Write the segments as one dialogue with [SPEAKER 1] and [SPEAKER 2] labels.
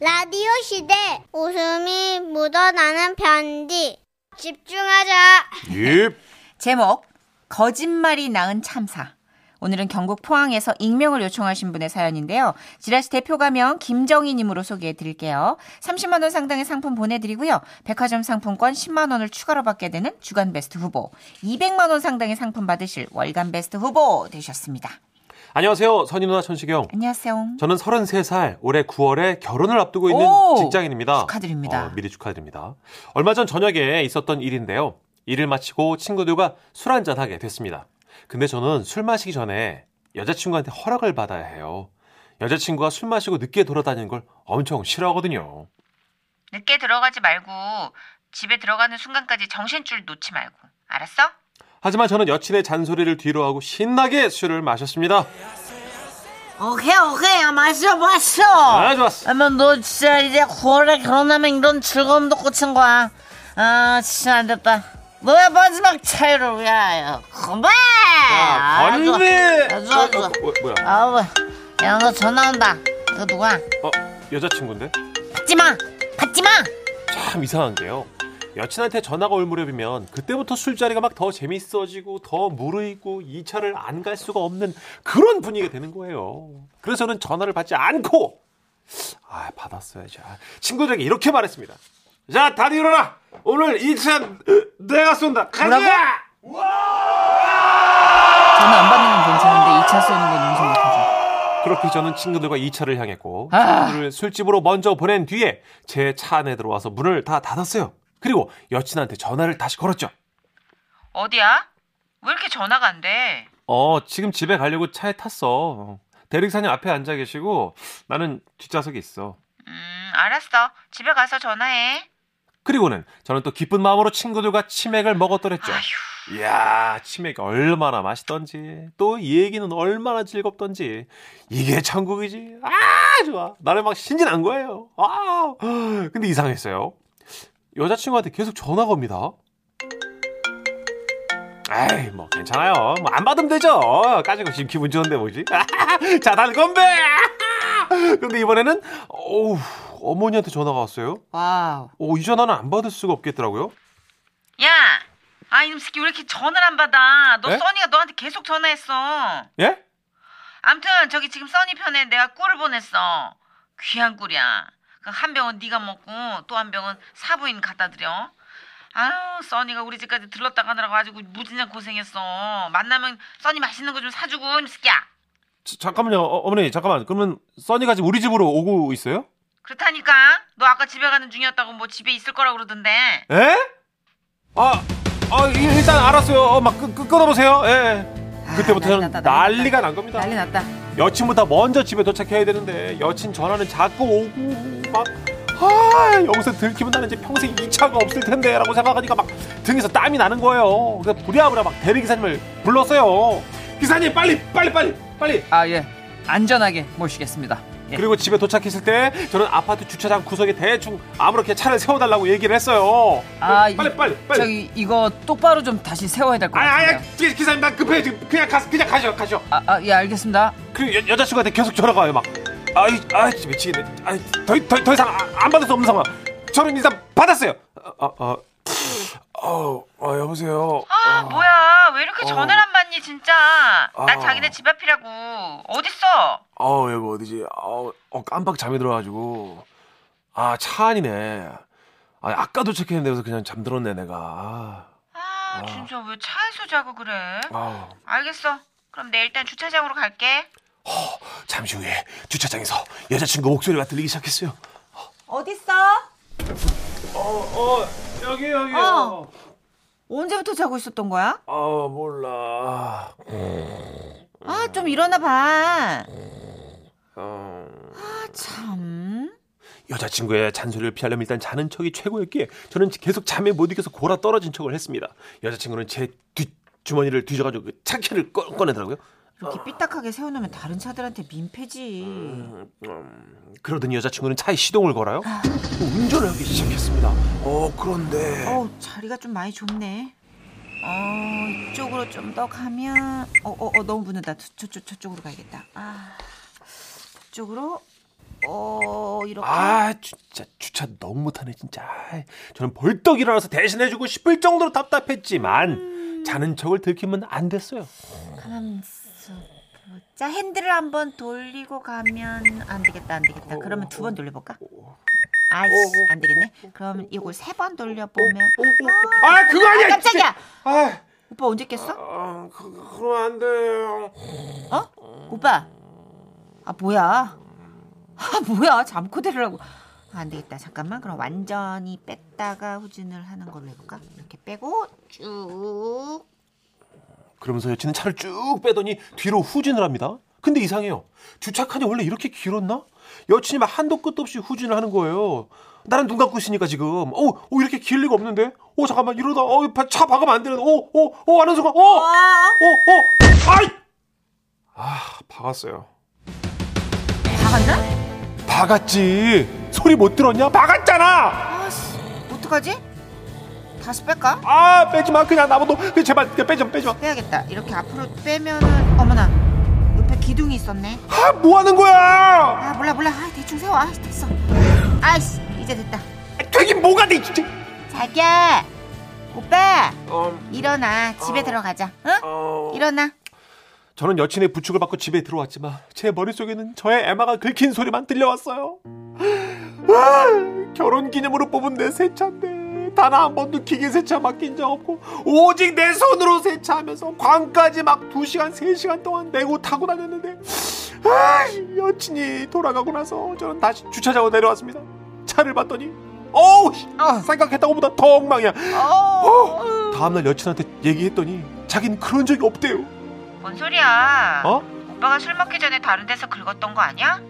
[SPEAKER 1] 라디오 시대 웃음이 묻어나는 편지 집중하자
[SPEAKER 2] 예.
[SPEAKER 3] 제목 거짓말이 낳은 참사. 오늘은 경북 포항에서 익명을 요청하신 분의 사연인데요. 지라시 대표 가명 김정희님으로 소개해 드릴게요. 30만 원 상당의 상품 보내드리고요. 백화점 상품권 10만 원을 추가로 받게 되는 주간 베스트 후보, 200만 원 상당의 상품 받으실 월간 베스트 후보 되셨습니다.
[SPEAKER 2] 안녕하세요. 선희 누나 천식영.
[SPEAKER 3] 안녕하세요.
[SPEAKER 2] 저는 33살 올해 9월에 결혼을 앞두고 있는
[SPEAKER 3] 오!
[SPEAKER 2] 직장인입니다.
[SPEAKER 3] 축하드립니다.
[SPEAKER 2] 어, 미리 축하드립니다. 얼마 전 저녁에 있었던 일인데요. 일을 마치고 친구들과 술 한잔 하게 됐습니다. 근데 저는 술 마시기 전에 여자친구한테 허락을 받아야 해요. 여자친구가 술 마시고 늦게 돌아다니는 걸 엄청 싫어하거든요.
[SPEAKER 3] 늦게 들어가지 말고 집에 들어가는 순간까지 정신줄 놓지 말고 알았어?
[SPEAKER 2] 하지만 저는 여친의 잔소리를 뒤로 하고 신나게 술을 마셨습니다.
[SPEAKER 3] 오케이 오케이 마셔 마셔.
[SPEAKER 2] 아, 좋았어.
[SPEAKER 3] 아마 너 진짜 이제 9월에 결혼하면 이런 즐거움도 꽂힌 거야. 아 진짜 안 됐다. 너의 마지막 차이를 위하여 건배.
[SPEAKER 2] 아, 건배!
[SPEAKER 3] 아주 아주.
[SPEAKER 2] 어, 뭐, 뭐야?
[SPEAKER 3] 아우, 야너 전화 온다. 이거 누가?
[SPEAKER 2] 어, 여자친구인데?
[SPEAKER 3] 받지 마, 받지 마.
[SPEAKER 2] 참 이상한 게요. 여친한테 전화가 올 무렵이면 그때부터 술자리가 막 더 재밌어지고 더 무르익고 이 차를 안 갈 수가 없는 그런 분위기가 되는 거예요. 그래서 저는 전화를 받지 않고 아 받았어야죠. 아, 친구들에게 이렇게 말했습니다. 자 다들 일어나. 오늘 이 차 내가 쏜다. 가자.
[SPEAKER 3] 전화 안 받는 건 괜찮은데 2차 쏘는 건 용서 못하죠.
[SPEAKER 2] 그렇게 저는 친구들과 이 차를 향했고
[SPEAKER 3] 아.
[SPEAKER 2] 친구들을 술집으로 먼저 보낸 뒤에 제 차 안에 들어와서 문을 다 닫았어요. 그리고 여친한테 전화를 다시 걸었죠.
[SPEAKER 3] 어디야? 왜 이렇게 전화가 안 돼?
[SPEAKER 2] 어, 지금 집에 가려고 차에 탔어. 대리사님 앞에 앉아 계시고 나는 뒷좌석에 있어.
[SPEAKER 3] 음, 알았어. 집에 가서 전화해.
[SPEAKER 2] 그리고는 저는 또 기쁜 마음으로 친구들과 치맥을 먹었더랬죠. 이야, 치맥이 얼마나 맛있던지, 또 이 얘기는 얼마나 즐겁던지, 이게 천국이지. 아, 좋아. 나를 막 신진한 거예요. 아, 근데 이상했어요. 여자친구한테 계속 전화가 옵니다. 에이, 뭐, 괜찮아요. 뭐, 안 받으면 되죠. 까진 거 지금 기분 좋은데 뭐지? 자, 다들 건배! 근데 이번에는, 어우, 어머니한테 전화가 왔어요.
[SPEAKER 3] 와우.
[SPEAKER 2] 오, 이 전화는 안 받을 수가 없겠더라고요.
[SPEAKER 3] 야, 아 이놈 새끼 왜 이렇게 전화를 안 받아? 너
[SPEAKER 2] 에?
[SPEAKER 4] 네?
[SPEAKER 3] 써니가 너한테 계속 전화했어.
[SPEAKER 2] 예?
[SPEAKER 3] 암튼 저기 지금 써니 편에 내가 꿀을 보냈어. 귀한 꿀이야. 그한 병은 네가 먹고 또 한 병은 사부인 갖다 드려. 아유 써니가 우리 집까지 들렀다 가느라고 아주 무진장 고생했어. 만나면 써니 맛있는 거 좀 사주고 이 새끼야.
[SPEAKER 2] 자, 잠깐만요, 어, 머니 잠깐만. 그러면 써니가 지금 우리 집으로 오고 있어요?
[SPEAKER 3] 그렇다니까 너 아까 집에 가는 중이었다고 뭐 집에 있을 거라고 그러던데.
[SPEAKER 2] 예? 아, 아 일- 일단 알았어요. 어, 막 끄, 끄, 끊어보세요. 예. 그때부터 저는 난리가 난 겁니다.
[SPEAKER 3] 났다.
[SPEAKER 2] 여친보다 먼저 집에 도착해야 되는데 여친 전화는 자꾸 오고 막 아, 여기서 들키면 나는 이제 평생 이차가 없을 텐데라고 생각하니까 막 등에서 땀이 나는 거예요. 그래서 부랴부랴 막 대리기사님을 불렀어요. 기사님 빨리 빨리 빨리 빨리
[SPEAKER 4] 아, 예. 안전하게 모시겠습니다. 예.
[SPEAKER 2] 그리고 집에 도착했을 때 저는 아파트 주차장 구석에 대충 아무렇게 차를 세워달라고 얘기를 했어요. 네,
[SPEAKER 4] 아,
[SPEAKER 2] 빨리,
[SPEAKER 4] 이-
[SPEAKER 2] 빨리 빨리 빨리.
[SPEAKER 4] 저기 이거 똑바로 좀 다시 세워야 될 것
[SPEAKER 2] 아야 아야
[SPEAKER 4] 같아요.
[SPEAKER 2] 기- 기사님 나 급해 지금 그냥 가 그냥 가셔 가셔.
[SPEAKER 4] 아, 아, 예, 알겠습니다.
[SPEAKER 2] 그리고 여, 여자친구한테 계속 전화가 와요 막. 아이 아이 진짜 미치겠네. 아이 더더더 더 이상 아- 안 받을 수 없는 상황. 저는 일단 받았어요. 아아 어, 어, 여보세요.
[SPEAKER 3] 아 뭐야 왜 이렇게
[SPEAKER 2] 어.
[SPEAKER 3] 전화를 안 받니 진짜. 나
[SPEAKER 2] 어.
[SPEAKER 3] 자기네 집 앞이라고 어딨어?
[SPEAKER 2] 어, 여보 어디지? 어, 어, 깜빡 잠이 들어가지고 아 차 안이네. 아 아까 도착했는데 그래서 그냥 잠들었네 내가.
[SPEAKER 3] 아 진짜 왜 차에서 자고 그래?
[SPEAKER 2] 아, 아우.
[SPEAKER 3] 알겠어. 그럼 내 일단 주차장으로 갈게.
[SPEAKER 2] 잠시 후에 주차장에서 여자친구 목소리가 들리기 시작했어요.
[SPEAKER 3] 어딨어?
[SPEAKER 2] 어, 여기 여기.
[SPEAKER 3] 어. 언제부터 자고 있었던 거야?
[SPEAKER 2] 아, 몰라.
[SPEAKER 3] 아, 좀 일어나 봐.
[SPEAKER 2] 음. 어.
[SPEAKER 3] 아, 참.
[SPEAKER 2] 여자친구의 잔소리를 피하려면 일단 자는 척이 최고였기에 저는 계속 잠에 못 이겨서 골아 떨어진 척을 했습니다. 여자친구는 제 뒷주머니를 뒤져가지고 그 차키를 꺼, 꺼내더라고요. 어.
[SPEAKER 3] 이렇게 삐딱하게 세워놓으면 다른 차들한테 민폐지.
[SPEAKER 2] 음, 그러더니 여자친구는 차에 시동을 걸어요.
[SPEAKER 3] 아.
[SPEAKER 2] 운전을 하기 시작했습니다. 어, 그런데.
[SPEAKER 3] 어우, 자리가 좀 많이 좁네. 어, 이쪽으로 좀 더 가면, 어, 어, 어, 너무 붙는다. 저, 저, 저, 저쪽으로 가야겠다. 아, 저쪽으로, 어,
[SPEAKER 4] 또 이렇게
[SPEAKER 2] 아 진짜 주차 너무 못하네 진짜 저는 벌떡 일어나서 대신해주고 싶을 정도로 답답했지만 자는 척을 들키면 안 됐어요
[SPEAKER 4] 감수. 자 핸들을 한번 돌리고 가면 안 되겠다 안 되겠다. 그러면 두 번 돌려볼까? 아이씨 안 되겠네. 그럼 이걸 세 번 돌려보면
[SPEAKER 2] 아 그거 아니야
[SPEAKER 4] 아, 깜짝이야.
[SPEAKER 2] 아,
[SPEAKER 4] 오빠 언제 깼어?
[SPEAKER 2] 아 그, 그러면 안 돼요
[SPEAKER 4] 어? 오빠. 아 뭐야? 아 뭐야? 잠코 대려고. 아, 안 되겠다. 잠깐만. 그럼 완전히 뺐다가 후진을 하는 걸로 해볼까? 이렇게 빼고 쭉.
[SPEAKER 2] 그러면서 여친은 차를 쭉 빼더니 뒤로 후진을 합니다. 근데 이상해요. 주차칸이 원래 이렇게 길었나? 여친이 막 한도 끝도 없이 후진을 하는 거예요. 나는 눈 감고 있으니까 지금. 어, 어 이렇게 길 리가 없는데. 어 잠깐만 이러다 어차 박으면 안 되는데. 어어어 하는 순간 어어어 어! 아이 아 박았어요.
[SPEAKER 4] 박았나?
[SPEAKER 2] 박았지. 소리 못 들었냐? 박았잖아.
[SPEAKER 4] 아씨. 어떡하지? 다시 뺄까?
[SPEAKER 2] 아 빼지 마 그냥 나보다 제발 그냥 빼지 마 빼지 마.
[SPEAKER 4] 빼야겠다. 이렇게 앞으로 빼면은 어머나 옆에 기둥이 있었네.
[SPEAKER 2] 아 뭐 하는 거야?
[SPEAKER 4] 아 몰라 몰라. 아, 대충 세워. 아, 됐어. 아이씨 이제 됐다.
[SPEAKER 2] 되긴 뭐가 돼 진짜.
[SPEAKER 4] 자기야 오빠
[SPEAKER 2] 어,
[SPEAKER 4] 일어나 집에 음, 들어가자. 응?
[SPEAKER 2] 어.
[SPEAKER 4] 일어나.
[SPEAKER 2] 저는 여친의 부축을 받고 집에 들어왔지만 제 머릿속에는 저의 에마가 긁힌 소리만 들려왔어요. 아, 결혼 기념으로 뽑은 내 새 차인데 단 한 번도 기계 세차 맡긴 적 없고 오직 내 손으로 세차하면서 광까지 막 2시간 3시간 동안 내고 타고 다녔는데 아, 여친이 돌아가고 나서 저는 다시 주차장으로 내려왔습니다. 차를 봤더니 어우 씨, 아, 생각했던 것보다 더 엉망이야. 어, 다음날 여친한테 얘기했더니 자긴 그런 적이 없대요.
[SPEAKER 4] 뭔 소리야?
[SPEAKER 2] 어?
[SPEAKER 4] 오빠가 술 먹기 전에 다른 데서 긁었던 거 아니야?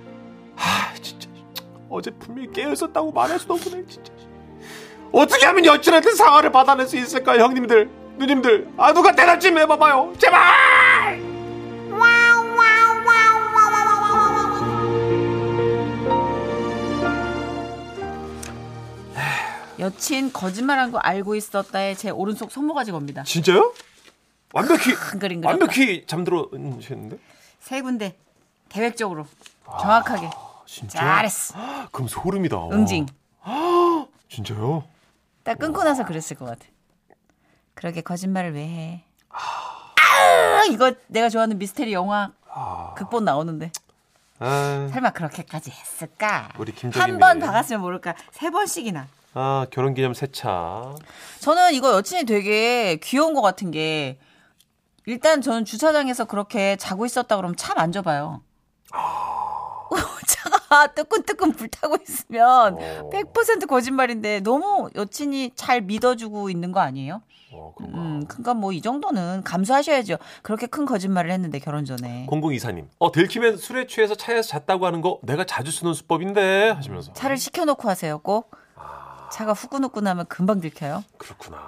[SPEAKER 2] 아 진짜 어제 분명히 깨어 있었다고 말할 수도 없네 진짜 어떻게 하면 여친한테 사과를 받아낼 수 있을까요 형님들 누님들 아 누가 대답 좀 해봐봐요 제발
[SPEAKER 3] 여친 거짓말한 거 알고 있었다에 제 오른쪽 손모가지 겁니다.
[SPEAKER 2] 진짜요? 완벽히
[SPEAKER 3] 끈끈끈끈.
[SPEAKER 2] 완벽히 잠들었는데
[SPEAKER 3] 세 군데 계획적으로 정확하게
[SPEAKER 2] 아, 진짜 아,
[SPEAKER 3] 잘했어.
[SPEAKER 2] 그럼 소름이다
[SPEAKER 3] 응징.
[SPEAKER 2] 진짜요?
[SPEAKER 4] 딱 끊고 나서 그랬을 것 같아. 그러게 거짓말을 왜 해?
[SPEAKER 3] 아, 이거 내가 좋아하는 미스테리 영화 극본 나오는데
[SPEAKER 2] 아,
[SPEAKER 4] 설마 그렇게까지 했을까?
[SPEAKER 2] 우리
[SPEAKER 3] 한
[SPEAKER 2] 김정희님
[SPEAKER 3] 번 박았으면 모를까 세 번씩이나.
[SPEAKER 2] 아 결혼기념 세차
[SPEAKER 3] 저는 이거 여친이 되게 귀여운 것 같은 게 일단 저는 주차장에서 그렇게 자고 있었다 그러면 차 만져봐요. 차가 뜨끈뜨끈 불타고 있으면 100% 거짓말인데 너무 여친이 잘 믿어주고 있는 거 아니에요?
[SPEAKER 2] 어, 그런가
[SPEAKER 3] 음, 그러니까 뭐 이 정도는 감수하셔야죠. 그렇게 큰 거짓말을 했는데 결혼 전에.
[SPEAKER 2] 공공이사님 어 들키면 술에 취해서 차에서 잤다고 하는 거 내가 자주 쓰는 수법인데 하시면서
[SPEAKER 3] 차를 시켜놓고 하세요, 꼭. 차가 후끈후끈하면 금방 들켜요.
[SPEAKER 2] 그렇구나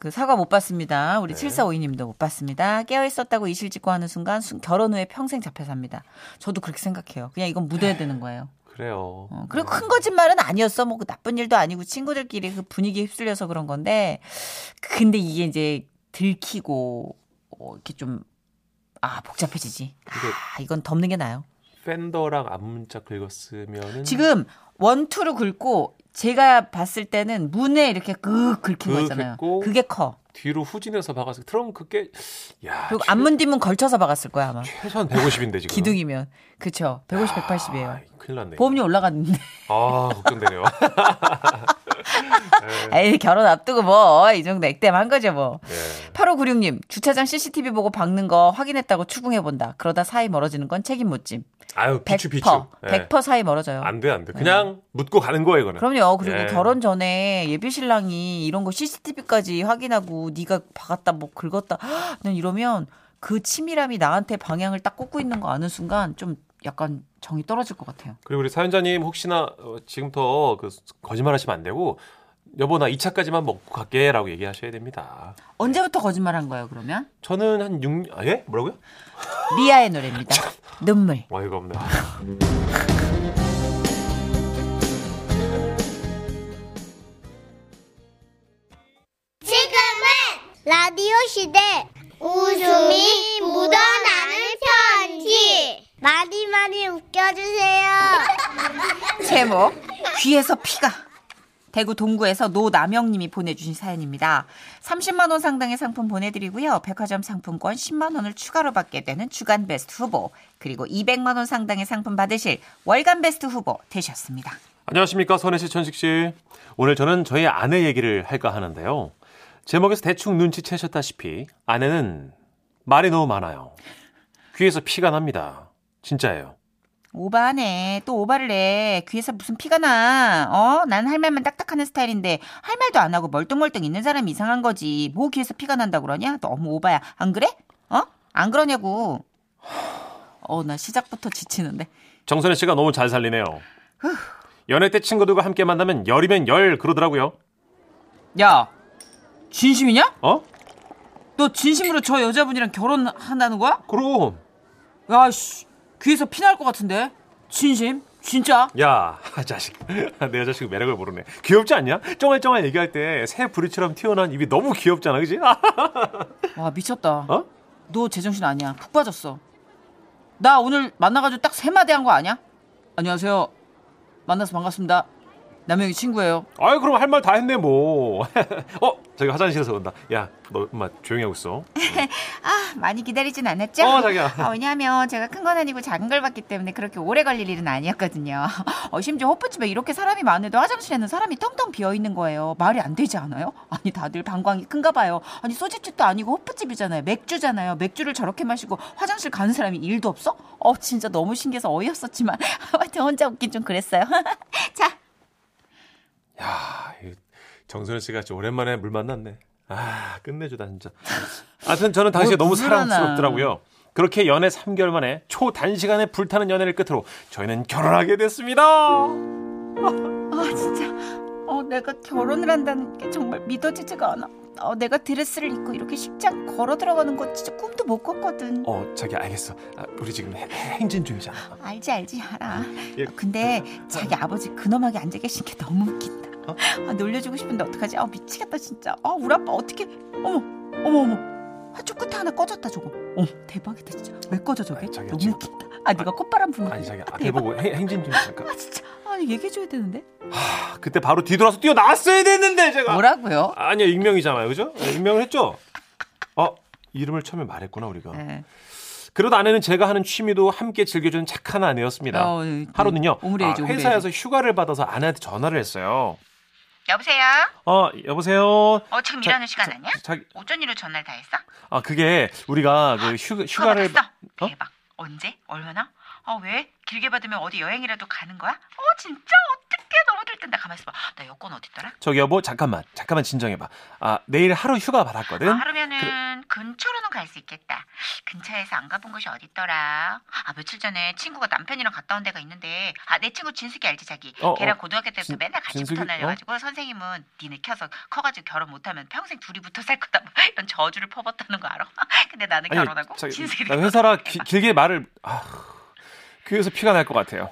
[SPEAKER 3] 그 사과 못 받습니다.
[SPEAKER 2] 네.
[SPEAKER 3] 우리 7452님도 못 받습니다. 깨어있었다고 이실직고 하는 순간 순- 결혼 후에 평생 잡혀 삽니다. 저도 그렇게 생각해요. 그냥 이건 묻어야 되는 거예요.
[SPEAKER 2] 그래요.
[SPEAKER 3] 어, 그리고 큰 거짓말은 아니었어. 뭐그 나쁜 일도 아니고 친구들끼리 그 분위기에 휩쓸려서 그런 건데. 근데 이게 이제 들키고 어, 이렇게 좀 아, 복잡해지지. 아, 이건 덮는 게 나아요.
[SPEAKER 2] 팬더랑 앞문짝 긁었으면은
[SPEAKER 3] 지금 원투로 긁고 제가 봤을 때는 문에 이렇게 그
[SPEAKER 2] 그
[SPEAKER 3] 긁힌 거잖아요.
[SPEAKER 2] 긁고
[SPEAKER 3] 그게 커.
[SPEAKER 2] 뒤로 후진해서 박아서 트렁크 깨. 야.
[SPEAKER 3] 그리고
[SPEAKER 2] 최-
[SPEAKER 3] 앞문 뒷문 걸쳐서 박았을 거야 아마.
[SPEAKER 2] 최소한 150인데 지금.
[SPEAKER 3] 기둥이면 그쵸 150, 180이에요.
[SPEAKER 2] 아, 큰일 났네.
[SPEAKER 3] 보험료 올라갔는데.
[SPEAKER 2] 아 걱정되네요.
[SPEAKER 3] 에이 결혼 앞두고 뭐 이 정도 액땜한 거죠 뭐.
[SPEAKER 2] 예.
[SPEAKER 3] 8596님 주차장 CCTV 보고 박는 거 확인했다고 추궁해 본다. 그러다 사이 멀어지는 건 책임 못 짐.
[SPEAKER 2] 아유 비추
[SPEAKER 3] 100%
[SPEAKER 2] 비추. 예.
[SPEAKER 3] 100% 사이 멀어져요. 네.
[SPEAKER 2] 안돼 안돼. 그냥 묻고 가는 거예요 이거는.
[SPEAKER 3] 그럼요. 그리고
[SPEAKER 2] 예.
[SPEAKER 3] 결혼 전에 예비 신랑이 이런 거 CCTV까지 확인하고 네가 박았다 뭐 긁었다 난 이러면 그 치밀함이 나한테 방향을 딱 꽂고 있는 거 아는 순간 좀 약간 정이 떨어질 것 같아요.
[SPEAKER 2] 그리고 우리 사연자님 혹시나 어, 지금부터 그 거짓말하시면 안 되고 여보 나 2차까지만 먹고 갈게라고 얘기하셔야 됩니다.
[SPEAKER 3] 언제부터 거짓말한 거예요? 그러면
[SPEAKER 2] 저는 한 6... 아, 예? 뭐라고요?
[SPEAKER 3] 리아의 노래입니다. 눈물.
[SPEAKER 2] 어이가 없네.
[SPEAKER 1] 지금은 라디오 시대 웃음이 묻어나는 편지 많이 많이 웃겨주세요
[SPEAKER 3] 제목 귀에서 피가 대구 동구에서 노남영님이 보내주신 사연입니다. 30만 원 상당의 상품 보내드리고요. 백화점 상품권 10만 원을 추가로 받게 되는 주간 베스트 후보 그리고 200만 원 상당의 상품 받으실 월간 베스트 후보 되셨습니다.
[SPEAKER 2] 안녕하십니까 선혜 씨, 천식 씨. 오늘 저는 저희 아내 얘기를 할까 하는데요. 제목에서 대충 눈치채셨다시피 아내는 말이 너무 많아요. 귀에서 피가 납니다. 진짜예요.
[SPEAKER 3] 오바네 또 오바를 해 귀에서 무슨 피가 나? 어? 난 할 말만 딱딱하는 스타일인데 할 말도 안 하고 멀뚱멀뚱 있는 사람이 이상한 거지 뭐 귀에서 피가 난다 그러냐? 너무 오바야 안 그래? 어? 안 그러냐고
[SPEAKER 4] 어, 나 시작부터 지치는데.
[SPEAKER 2] 정선혜 씨가 너무 잘 살리네요. 연애 때 친구들과 함께 만나면 열이면 열 그러더라고요.
[SPEAKER 4] 야, 진심이냐?
[SPEAKER 2] 어?
[SPEAKER 4] 너 진심으로 저 여자분이랑 결혼한다는 거야?
[SPEAKER 2] 그럼.
[SPEAKER 4] 야, 씨, 귀에서 피 날 것 같은데. 진심? 진짜?
[SPEAKER 2] 야, 아, 자식. 내 자식 매력을 모르네. 귀엽지 않냐? 쩡알쩡알 얘기할 때 새 부리처럼 튀어나온 입이 너무 귀엽잖아, 그지?
[SPEAKER 4] 와, 미쳤다.
[SPEAKER 2] 어?
[SPEAKER 4] 너 제정신 아니야. 푹 빠졌어. 나 오늘 만나가지고 딱 세 마디 한 거 아니야? 안녕하세요. 만나서 반갑습니다. 남영이 친구예요.
[SPEAKER 2] 아유 그럼 할 말 다 했네 뭐. 어 저기 화장실에서 온다. 야너 엄마 조용히 하고 있어.
[SPEAKER 3] 아, 많이 기다리진 않았죠?
[SPEAKER 2] 어, 자기야.
[SPEAKER 3] 아, 왜냐하면 제가 큰 건 아니고 작은 걸 봤기 때문에 그렇게 오래 걸릴 일은 아니었거든요. 어, 심지어 호프집에 이렇게 사람이 많은데 화장실에는 사람이 텅텅 비어 있는 거예요. 말이 안 되지 않아요? 아니, 다들 방광이 큰가 봐요. 아니, 소주집도 아니고 호프집이잖아요. 맥주잖아요. 맥주를 저렇게 마시고 화장실 가는 사람이 일도 없어? 어, 진짜 너무 신기해서 어이없었지만. 하여튼 혼자 웃긴 좀 그랬어요. 자,
[SPEAKER 2] 야 이 정선우 씨가 진짜 오랜만에 물 만났네. 아 끝내주다 진짜. 하여튼 저는 당시에
[SPEAKER 4] 뭘
[SPEAKER 2] 너무
[SPEAKER 4] 불안하.
[SPEAKER 2] 사랑스럽더라고요. 그렇게 연애 3개월 만에 초단시간에 불타는 연애를 끝으로 저희는 결혼하게 됐습니다.
[SPEAKER 3] 아 진짜 어 내가 결혼을 한다는 게 정말 믿어지지가 않아 어 내가 드레스를 입고 이렇게 식장 걸어 들어가는 거 진짜 꿈도 못 꿨거든
[SPEAKER 2] 어 자기 알겠어. 아, 우리 지금 해- 행진 중이잖아.
[SPEAKER 3] 알지 알지 알아
[SPEAKER 2] 예.
[SPEAKER 3] 어, 근데 자기 아버지 근엄하게 앉아 계신 게 너무 웃긴다
[SPEAKER 2] 어?
[SPEAKER 3] 아, 놀려주고 싶은데 어떡하지 아 미치겠다 진짜 아 우리 아빠 어떻게 어머 어머 어머 한쪽 끝에 하나 꺼졌다 저거 어 대박이다 진짜 왜 꺼져 저게
[SPEAKER 2] 아니, 자기야,
[SPEAKER 3] 너무
[SPEAKER 2] 지금-
[SPEAKER 3] 웃긴다 아 네가 콧바람 부는
[SPEAKER 2] 아니 자기
[SPEAKER 3] 거야.
[SPEAKER 2] 앞에 보고 행- 행진 중이니까.
[SPEAKER 3] 아 진짜 아니 얘기해줘야 되는데
[SPEAKER 2] 아, 그때 바로 뒤돌아서 뛰어 나왔어야 됐는데 제가.
[SPEAKER 4] 뭐라고요?
[SPEAKER 2] 아니요 익명이잖아요 그죠 네, 익명을 했죠 어 이름을 처음에 말했구나 우리가
[SPEAKER 3] 예.
[SPEAKER 4] 네.
[SPEAKER 2] 그러다 아내는 제가 하는 취미도 함께 즐겨주는 착한 아내였습니다
[SPEAKER 4] 어,
[SPEAKER 3] 음.
[SPEAKER 4] 네.
[SPEAKER 2] 하루는요
[SPEAKER 4] 오므려야지,
[SPEAKER 2] 아,
[SPEAKER 4] 오므려야지.
[SPEAKER 2] 회사에서 휴가를 받아서 아내한테 전화를 했어요
[SPEAKER 3] 여보세요
[SPEAKER 2] 어 여보세요
[SPEAKER 3] 어 지금
[SPEAKER 2] 자,
[SPEAKER 3] 일하는 시간 아니야?
[SPEAKER 2] 자기
[SPEAKER 3] 오전 일로 전화를 다 했어?
[SPEAKER 2] 아 그게 우리가 그 휴, 휴가를
[SPEAKER 3] 받았어?
[SPEAKER 2] 어?
[SPEAKER 3] 대박. 언제? 얼마나? 아 왜? 길게 받으면 어디 여행이라도 가는 거야? 어 진짜 어떡해 너무 들뜬다. 가만 있어봐. 나 여권 어디 있더라?
[SPEAKER 2] 저기 여보 잠깐만 잠깐만 진정해봐 아 내일 하루 휴가 받았거든
[SPEAKER 3] 아, 하루면은 근처로는 갈 수 있겠다. 근처에서 안 가본 곳이 어디 있더라? 아 며칠 전에 친구가 남편이랑 갔다 온 데가 있는데 아 내 친구 진숙이 알지 자기?
[SPEAKER 2] 어,
[SPEAKER 3] 걔랑
[SPEAKER 2] 어.
[SPEAKER 3] 고등학교 때부터
[SPEAKER 2] 진-
[SPEAKER 3] 맨날 같이
[SPEAKER 2] 진숙이?
[SPEAKER 3] 붙어 날려가지고 선생님은 니네 켜서 커가지고 결혼 못하면 평생 둘이 붙어 살 거다 뭐 이런 저주를 퍼붓다는 거 알아? 근데 나는 결혼하고 진숙이
[SPEAKER 2] 나 회사라 기- 길게 말을 아, 귀에서 피가 날 것 같아요.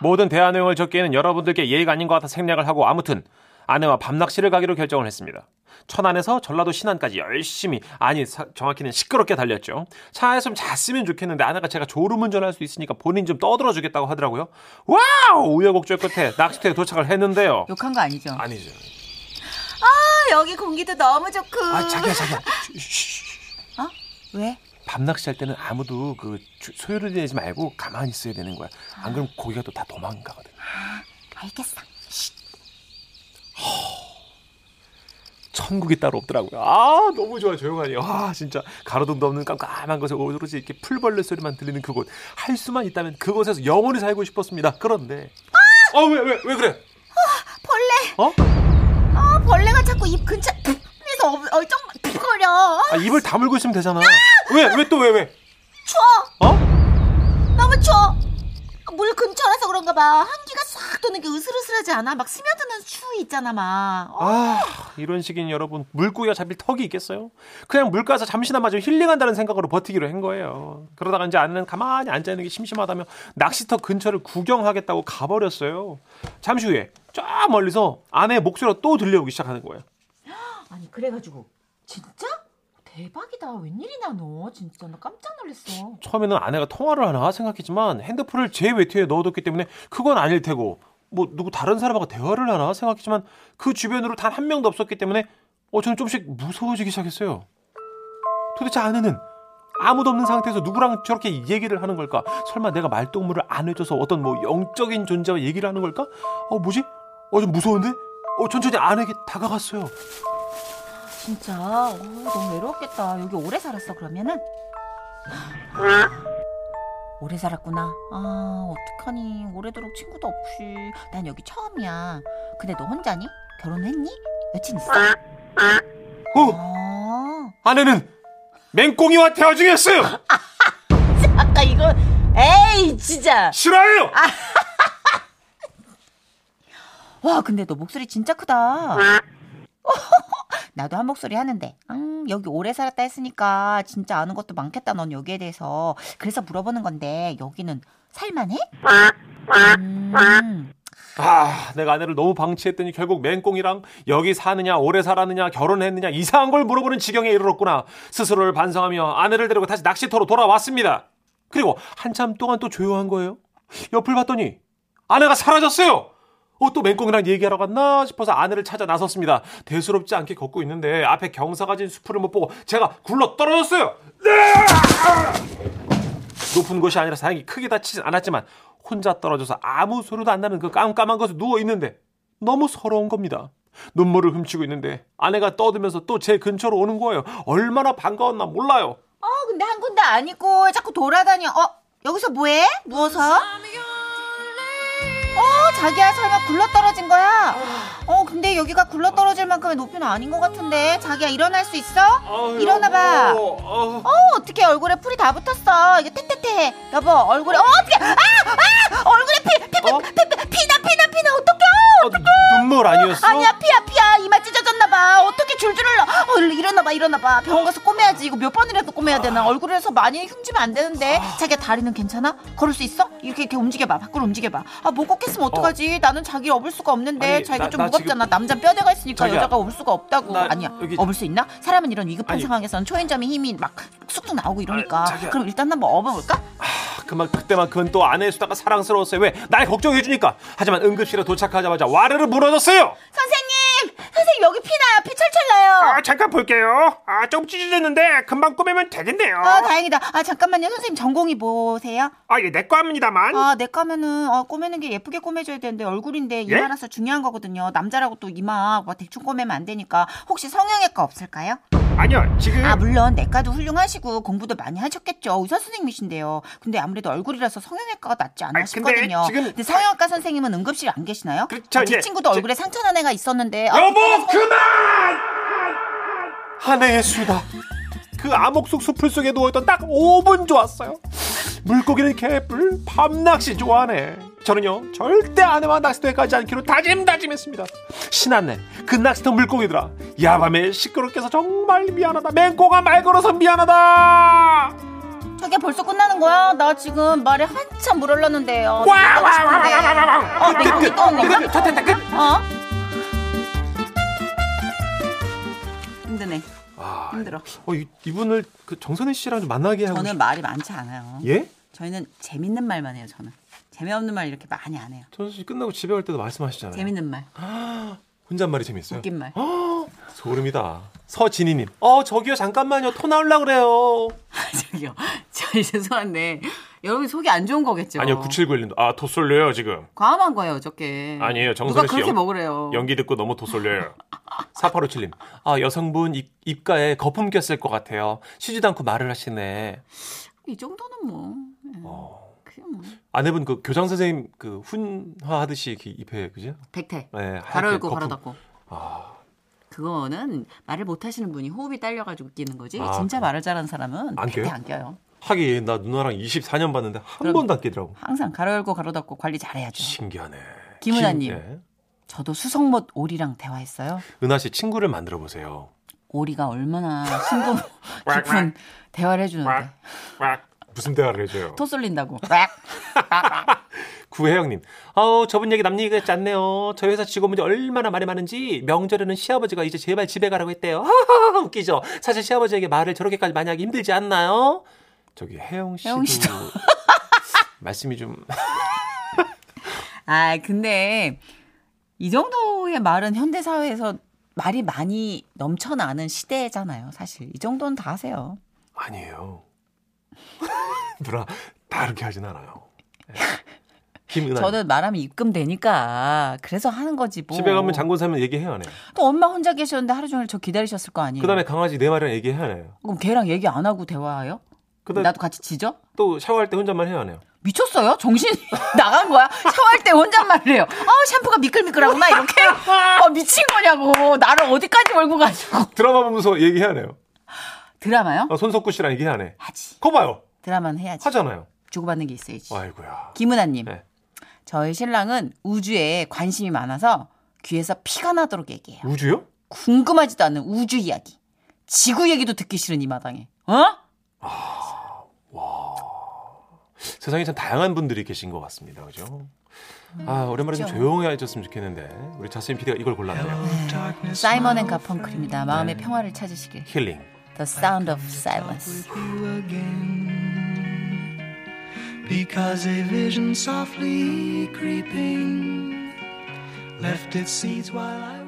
[SPEAKER 2] 모든 대화 내용을 적기에는 여러분들께 예의가 아닌 것 같아 생략을 하고 아무튼 아내와 밤낚시를 가기로 결정을 했습니다. 천안에서 전라도 신안까지 열심히 아니 사- 정확히는 시끄럽게 달렸죠. 차에 좀 잤으면 좋겠는데 아내가 제가 졸음운전할 수 있으니까 본인 좀 떠들어 주겠다고 하더라고요. 와우 우여곡절 끝에 낚시터에 도착을 했는데요.
[SPEAKER 4] 욕한 거 아니죠?
[SPEAKER 2] 아니죠.
[SPEAKER 3] 아, 여기 공기도 너무 좋고. 어?
[SPEAKER 2] 아 자기야 자기야. 쉬, 쉬, 쉬.
[SPEAKER 3] 왜?
[SPEAKER 2] 밤낚시할 때는 아무도 그 주- 소유를 내지 말고 가만히 있어야 되는 거야. 안 그러면 고기가 또 다 도망가거든.
[SPEAKER 3] 알겠어.
[SPEAKER 2] 천국이 따로 없더라고요. 아 너무 좋아 조용하니. 와 진짜 가로등도 없는 깜깜한 곳에 오로지 이렇게 풀벌레 소리만 들리는 그곳. 할 수만 있다면 그곳에서 영원히 살고 싶었습니다. 그런데
[SPEAKER 3] 아!
[SPEAKER 2] 어 왜 왜 왜 그래?
[SPEAKER 1] 벌레.
[SPEAKER 2] 어?
[SPEAKER 1] 아, 벌레가 자꾸 입 근처 에서
[SPEAKER 3] 어,
[SPEAKER 1] 얼쩡거려.
[SPEAKER 2] 아 입을 다물고 있으면 되잖아. 왜 왜 또 왜 왜,
[SPEAKER 1] 추워.
[SPEAKER 2] 어?
[SPEAKER 1] 너무 추워. 물 근처라서 그런가 봐. 한기가 싹 도는 게 으슬으슬하지 않아? 막 스며드는 추위 있잖아, 막. 어,
[SPEAKER 2] 아 이런 식인 여러분 물고기가 잡힐 턱이 있겠어요? 그냥 물가서 잠시나마 좀 힐링한다는 생각으로 버티기로 한 거예요. 그러다가 이제 아내는 가만히 앉아 있는 게 심심하다며 낚시터 근처를 구경하겠다고 가버렸어요. 잠시 후에 저 멀리서 아내의 목소리가 또 들려오기 시작하는 거예요.
[SPEAKER 1] 어,
[SPEAKER 3] 아니 그래가지고 진짜? 대박이다. 웬일이나 너 진짜 나 깜짝 놀랐어.
[SPEAKER 2] 처음에는 아내가 통화를 하나 생각했지만 핸드폰을 제 외투에 넣어뒀기 때문에 그건 아닐 테고 뭐 누구 다른 사람하고 대화를 하나 생각했지만 그 주변으로 단 한 명도 없었기 때문에 어 저는 조금씩 무서워지기 시작했어요. 도대체 아내는 아무도 없는 상태에서 누구랑 저렇게 얘기를 하는 걸까? 설마 내가 말동무를 안 해줘서 어떤 뭐 영적인 존재와 얘기를 하는 걸까? 어 뭐지? 어 좀 무서운데? 어 천천히 아내에게 다가갔어요.
[SPEAKER 3] 진짜 어, 너무 외로웠겠다. 여기 오래 살았어 그러면은? 오래 살았구나. 아 어떡하니? 오래도록 친구도 없이 난 여기 처음이야. 근데 너 혼자니? 결혼했니? 여친 있어?
[SPEAKER 2] 어
[SPEAKER 3] 아
[SPEAKER 2] 아내는 맹꽁이와 대화 중이었어요.
[SPEAKER 4] 아까 이거 에이 진짜
[SPEAKER 2] 싫어요.
[SPEAKER 3] 와 근데 너 목소리 진짜 크다. 나도 한 목소리 하는데 음, 여기 오래 살았다 했으니까 진짜 아는 것도 많겠다 넌 여기에 대해서 그래서 물어보는 건데 여기는 살만해? 음,
[SPEAKER 2] 아, 내가 아내를 너무 방치했더니 결국 맹꽁이랑 여기 사느냐, 오래 살았느냐, 결혼했느냐 이상한 걸 물어보는 지경에 이르렀구나. 스스로를 반성하며 아내를 데리고 다시 낚시터로 돌아왔습니다. 그리고 한참 동안 또 조용한 거예요. 옆을 봤더니 아내가 사라졌어요. 어, 또 맹꽁이랑 얘기하러 갔나 싶어서 아내를 찾아 나섰습니다. 대수롭지 않게 걷고 있는데 앞에 경사가 진 수풀을 못 보고 제가 굴러 떨어졌어요. 높은 곳이 아니라 다행히 크게 다치진 않았지만 혼자 떨어져서 아무 소리도 안 나는 그 깜깜한 곳에 누워 있는데 너무 서러운 겁니다. 눈물을 훔치고 있는데 아내가 떠들면서 또 제 근처로 오는 거예요. 얼마나 반가웠나 몰라요.
[SPEAKER 3] 어 근데 한 군데 아니고 자꾸 돌아다녀 어 여기서 뭐해? 누워서? 어 자기야 설마 굴러떨어진 거야? 어 근데 여기가 굴러떨어질 만큼의 높이는 아닌 것 같은데 자기야 일어날 수 있어? 일어나봐.
[SPEAKER 2] 여보, 어.
[SPEAKER 3] 어, 어떻게 얼굴에 풀이 다 붙었어. 이거 태태태. 여보, 얼굴에, 어, 어떻게, 아, 아! 얼굴에 피, 피, 피,
[SPEAKER 2] 어?
[SPEAKER 3] 피, 피, 피나, 피나, 피나, 어떡해.
[SPEAKER 2] 어, 눈물 아니었어?
[SPEAKER 3] 아니야, 피야, 피야. 이마 찢어졌나봐. 어떻게 줄줄 흘러. 어, 얼른 일어나봐, 일어나봐. 병원 가서 꼬매야지. 이거 몇 번이라도 꼬매야 되나. 얼굴에서 많이 흉지면 안 되는데.
[SPEAKER 2] 아.
[SPEAKER 3] 자기야, 다리는 괜찮아? 걸을 수 있어? 이렇게, 이렇게 움직여봐. 밖으로 움직여봐. 아, 못 걷겠으면 어떡하지. 나는 자기 를 업을 수가 없는데.
[SPEAKER 2] 아니,
[SPEAKER 3] 자기가
[SPEAKER 2] 나-
[SPEAKER 3] 좀
[SPEAKER 2] 나
[SPEAKER 3] 무겁잖아. 남자 뼈대가 있으니까
[SPEAKER 2] 자기야.
[SPEAKER 3] 여자가 업을 수가 없다고.
[SPEAKER 2] 나
[SPEAKER 3] 아니야.
[SPEAKER 2] 여기-
[SPEAKER 3] 업을 수 있나? 사람은 이런 위급한
[SPEAKER 2] 아니.
[SPEAKER 3] 상황에서는 초인점의 힘이 막 쑥쑥 나오고 이러니까.
[SPEAKER 2] 아니, 자기야.
[SPEAKER 3] 그럼 일단 한번 업어볼까?
[SPEAKER 2] 아, 그만 그때만큼은 또 아내의 수다가 사랑스러웠어요. 왜? 날 걱정해주니까. 하지만 응급실에 도착하자마자 와르르 무너졌어요.
[SPEAKER 3] 선생님! 선생님, 여기 피나요. 피 철철 나요.
[SPEAKER 2] 아, 잠깐 볼게요. 아, 조금 찢어졌는데 금방 꾸미면 되겠네요.
[SPEAKER 3] 아, 다행이다. 아, 잠깐만요. 선생님, 전공이 뭐세요?
[SPEAKER 2] 아, 예, 내꺼 합니다만.
[SPEAKER 3] 아, 내 까면은, 아, 꼬매는 게 예쁘게 꼬매줘야 되는데, 얼굴인데,
[SPEAKER 2] 예?
[SPEAKER 3] 이마라서 중요한 거거든요. 남자라고 또 이마, 막뭐 대충 꼬매면 안 되니까. 혹시 성형외과 없을까요?
[SPEAKER 2] 아니요, 지금.
[SPEAKER 3] 아, 물론, 내과도 훌륭하시고, 공부도 많이 하셨겠죠. 의사 선생님이신데요. 근데 아무래도 얼굴이라서 성형외과가 낫지 않아
[SPEAKER 2] 아니, 근데
[SPEAKER 3] 싶거든요. 근데,
[SPEAKER 2] 지금-
[SPEAKER 3] 성형외과 선생님은 응급실에 안 계시나요?
[SPEAKER 2] 그렇죠,
[SPEAKER 3] 아, 제
[SPEAKER 2] 이제-
[SPEAKER 3] 친구도
[SPEAKER 2] 제-
[SPEAKER 3] 얼굴에 상처 난 애가 있었는데, 아,
[SPEAKER 2] 여보 그만! 한해의 수다 그 암흑속 수풀 속에 누워있던 딱 5분 좋았어요 물고기는 개뿔 밤낚시 좋아하네 저는요 절대 아내와 낚시터에 가지 않기로 다짐다짐했습니다 신한내 그 낚시터 물고기들아 야밤에 시끄럽게 해서 정말 미안하다 맹꽁아 말 걸어서 미안하다
[SPEAKER 3] 저게 벌써 끝나는 거야? 나 지금 말에 한참 물 올랐는데, 어, 끝나고 싶은데. 어, 내
[SPEAKER 2] 끝,
[SPEAKER 3] 꿈이
[SPEAKER 2] 끝,
[SPEAKER 3] 떠오르네.
[SPEAKER 2] 끝, 끝, 다 됐다, 끝.
[SPEAKER 3] 어?
[SPEAKER 4] 힘드네.
[SPEAKER 2] 아,
[SPEAKER 4] 힘들어.
[SPEAKER 2] 어, 이- 이분을 그 정선희 씨랑 좀 만나게 하고
[SPEAKER 4] 저는 말이 많지 않아요.
[SPEAKER 2] 싶- 예?
[SPEAKER 4] 저희는 재밌는 말만 해요. 저는 재미없는 말 이렇게 많이 안 해요.
[SPEAKER 2] 정선 씨 끝나고 집에 갈 때도 말씀하시잖아요
[SPEAKER 4] 재밌는 말,
[SPEAKER 2] 혼잣말이 재밌어요. 아,
[SPEAKER 4] 웃긴 말.
[SPEAKER 2] 소름이다. 서진희님. 어 저기요 잠깐만요. 토 나올라 그래요.
[SPEAKER 4] 저기요, 저 죄송한데 여러분 속이 안 좋은 거겠죠.
[SPEAKER 2] 아니요 9791님도 아토 쏠려요 지금.
[SPEAKER 4] 과음한 거예요, 저게.
[SPEAKER 2] 아니에요 정선희
[SPEAKER 4] 누가
[SPEAKER 2] 씨
[SPEAKER 4] 그렇게
[SPEAKER 2] 연-
[SPEAKER 4] 먹으래요.
[SPEAKER 2] 연기 듣고 너무 토 쏠려요. 4857님. 아 여성분 입, 입가에 거품 꼈을 것 같아요. 쉬지도 않고 말을 하시네.
[SPEAKER 4] 이 정도는 뭐. 예,
[SPEAKER 2] 어.
[SPEAKER 4] 그게 뭐.
[SPEAKER 2] 아내분 그 교장 선생님 그 훈화하듯이 이렇게 입에 그죠?
[SPEAKER 4] 백태.
[SPEAKER 2] 네. 하얗게
[SPEAKER 4] 바로 열고
[SPEAKER 2] 거품.
[SPEAKER 4] 바로 닫고.
[SPEAKER 2] 아,
[SPEAKER 4] 그거는 말을 못 하시는 분이 호흡이 딸려가지고 끼는 거지.
[SPEAKER 2] 아,
[SPEAKER 4] 진짜 말을 잘하는 사람은
[SPEAKER 2] 안
[SPEAKER 4] 백태
[SPEAKER 2] 껴요?
[SPEAKER 4] 안 껴요.
[SPEAKER 2] 하긴 나 누나랑 24년 봤는데 한 번도 안 끼더라고.
[SPEAKER 4] 항상 가로 열고 가로 닫고 관리 잘해야죠.
[SPEAKER 2] 신기하네.
[SPEAKER 4] 김은아님.
[SPEAKER 2] 신- 예.
[SPEAKER 4] 저도 수성못 오리랑 대화했어요.
[SPEAKER 2] 은하 씨 친구를 만들어 보세요.
[SPEAKER 4] 오리가 얼마나 심도 깊은 대화를 해주는데
[SPEAKER 2] 아, 무슨 대화를 해줘요?
[SPEAKER 4] 토 쏠린다고.
[SPEAKER 2] 구혜영님, 아우 저분 얘기 남 얘기가 짰네요. 저희 회사 직원분이 얼마나 말이 많은지 명절에는 시아버지가 이제 제발 집에 가라고 했대요. 하하하, 웃기죠. 사실 시아버지에게 말을 저렇게까지 많이 하기 힘들지 않나요? 저기 혜영 씨도
[SPEAKER 4] 혜영 씨도.
[SPEAKER 2] 말씀이 좀
[SPEAKER 3] 아, 근데 이 정도의 말은 현대 사회에서 말이 많이 넘쳐나는 시대잖아요, 사실. 이 정도는 다 하세요.
[SPEAKER 2] 아니에요. 누나 다르게 하진 않아요. 예. 김은아.
[SPEAKER 3] 저는 말하면 입금되니까 그래서 하는 거지 뭐.
[SPEAKER 2] 집에 가면 장군 사면 얘기해야 하네요.
[SPEAKER 3] 또 엄마 혼자 계셨는데 하루 종일 저 기다리셨을 거 아니에요.
[SPEAKER 2] 그다음에 강아지 네 마리랑 얘기해야 하네요.
[SPEAKER 3] 그럼 걔랑 얘기 안 하고 대화해요?
[SPEAKER 2] 그다음
[SPEAKER 3] 나도 같이 지져?
[SPEAKER 2] 또 샤워할 때 혼잣말 해야 하네요.
[SPEAKER 3] 미쳤어요? 정신 나간 거야? 샤워할 때 혼잣말을 해요. 아 샴푸가 미끌미끌하구나 이렇게. 어, 미친 거냐고. 나를 어디까지 몰고 가지고.
[SPEAKER 2] 드라마 보면서 얘기해야 하네요.
[SPEAKER 3] 드라마요?
[SPEAKER 2] 아, 손석구 씨랑 얘기해야 하네.
[SPEAKER 3] 하지.
[SPEAKER 2] 거 봐요.
[SPEAKER 3] 드라마는 해야지.
[SPEAKER 2] 하잖아요.
[SPEAKER 3] 주고받는 게 있어야지.
[SPEAKER 2] 아이고야.
[SPEAKER 3] 김은아님.
[SPEAKER 2] 네.
[SPEAKER 3] 저희 신랑은 우주에 관심이 많아서 귀에서 피가 나도록 얘기해요.
[SPEAKER 2] 우주요?
[SPEAKER 3] 궁금하지도 않은 우주 이야기. 지구 얘기도 듣기 싫은 이 마당에. 어?
[SPEAKER 2] 세상에 참 다양한 분들이 계신 것 같습니다. 그죠? 아, 오랜만에 좀
[SPEAKER 3] 음, 그죠.
[SPEAKER 2] 조용해졌으면 좋겠는데. 우리 자스민 PD가 이걸
[SPEAKER 3] 음.
[SPEAKER 2] 골랐네요.
[SPEAKER 3] 사이먼 앤 가펑클입니다. 마음의 평화를 찾으시길.
[SPEAKER 2] 힐링.
[SPEAKER 3] The Sound of Silence.
[SPEAKER 5] you again because a vision softly creeping left its seeds while I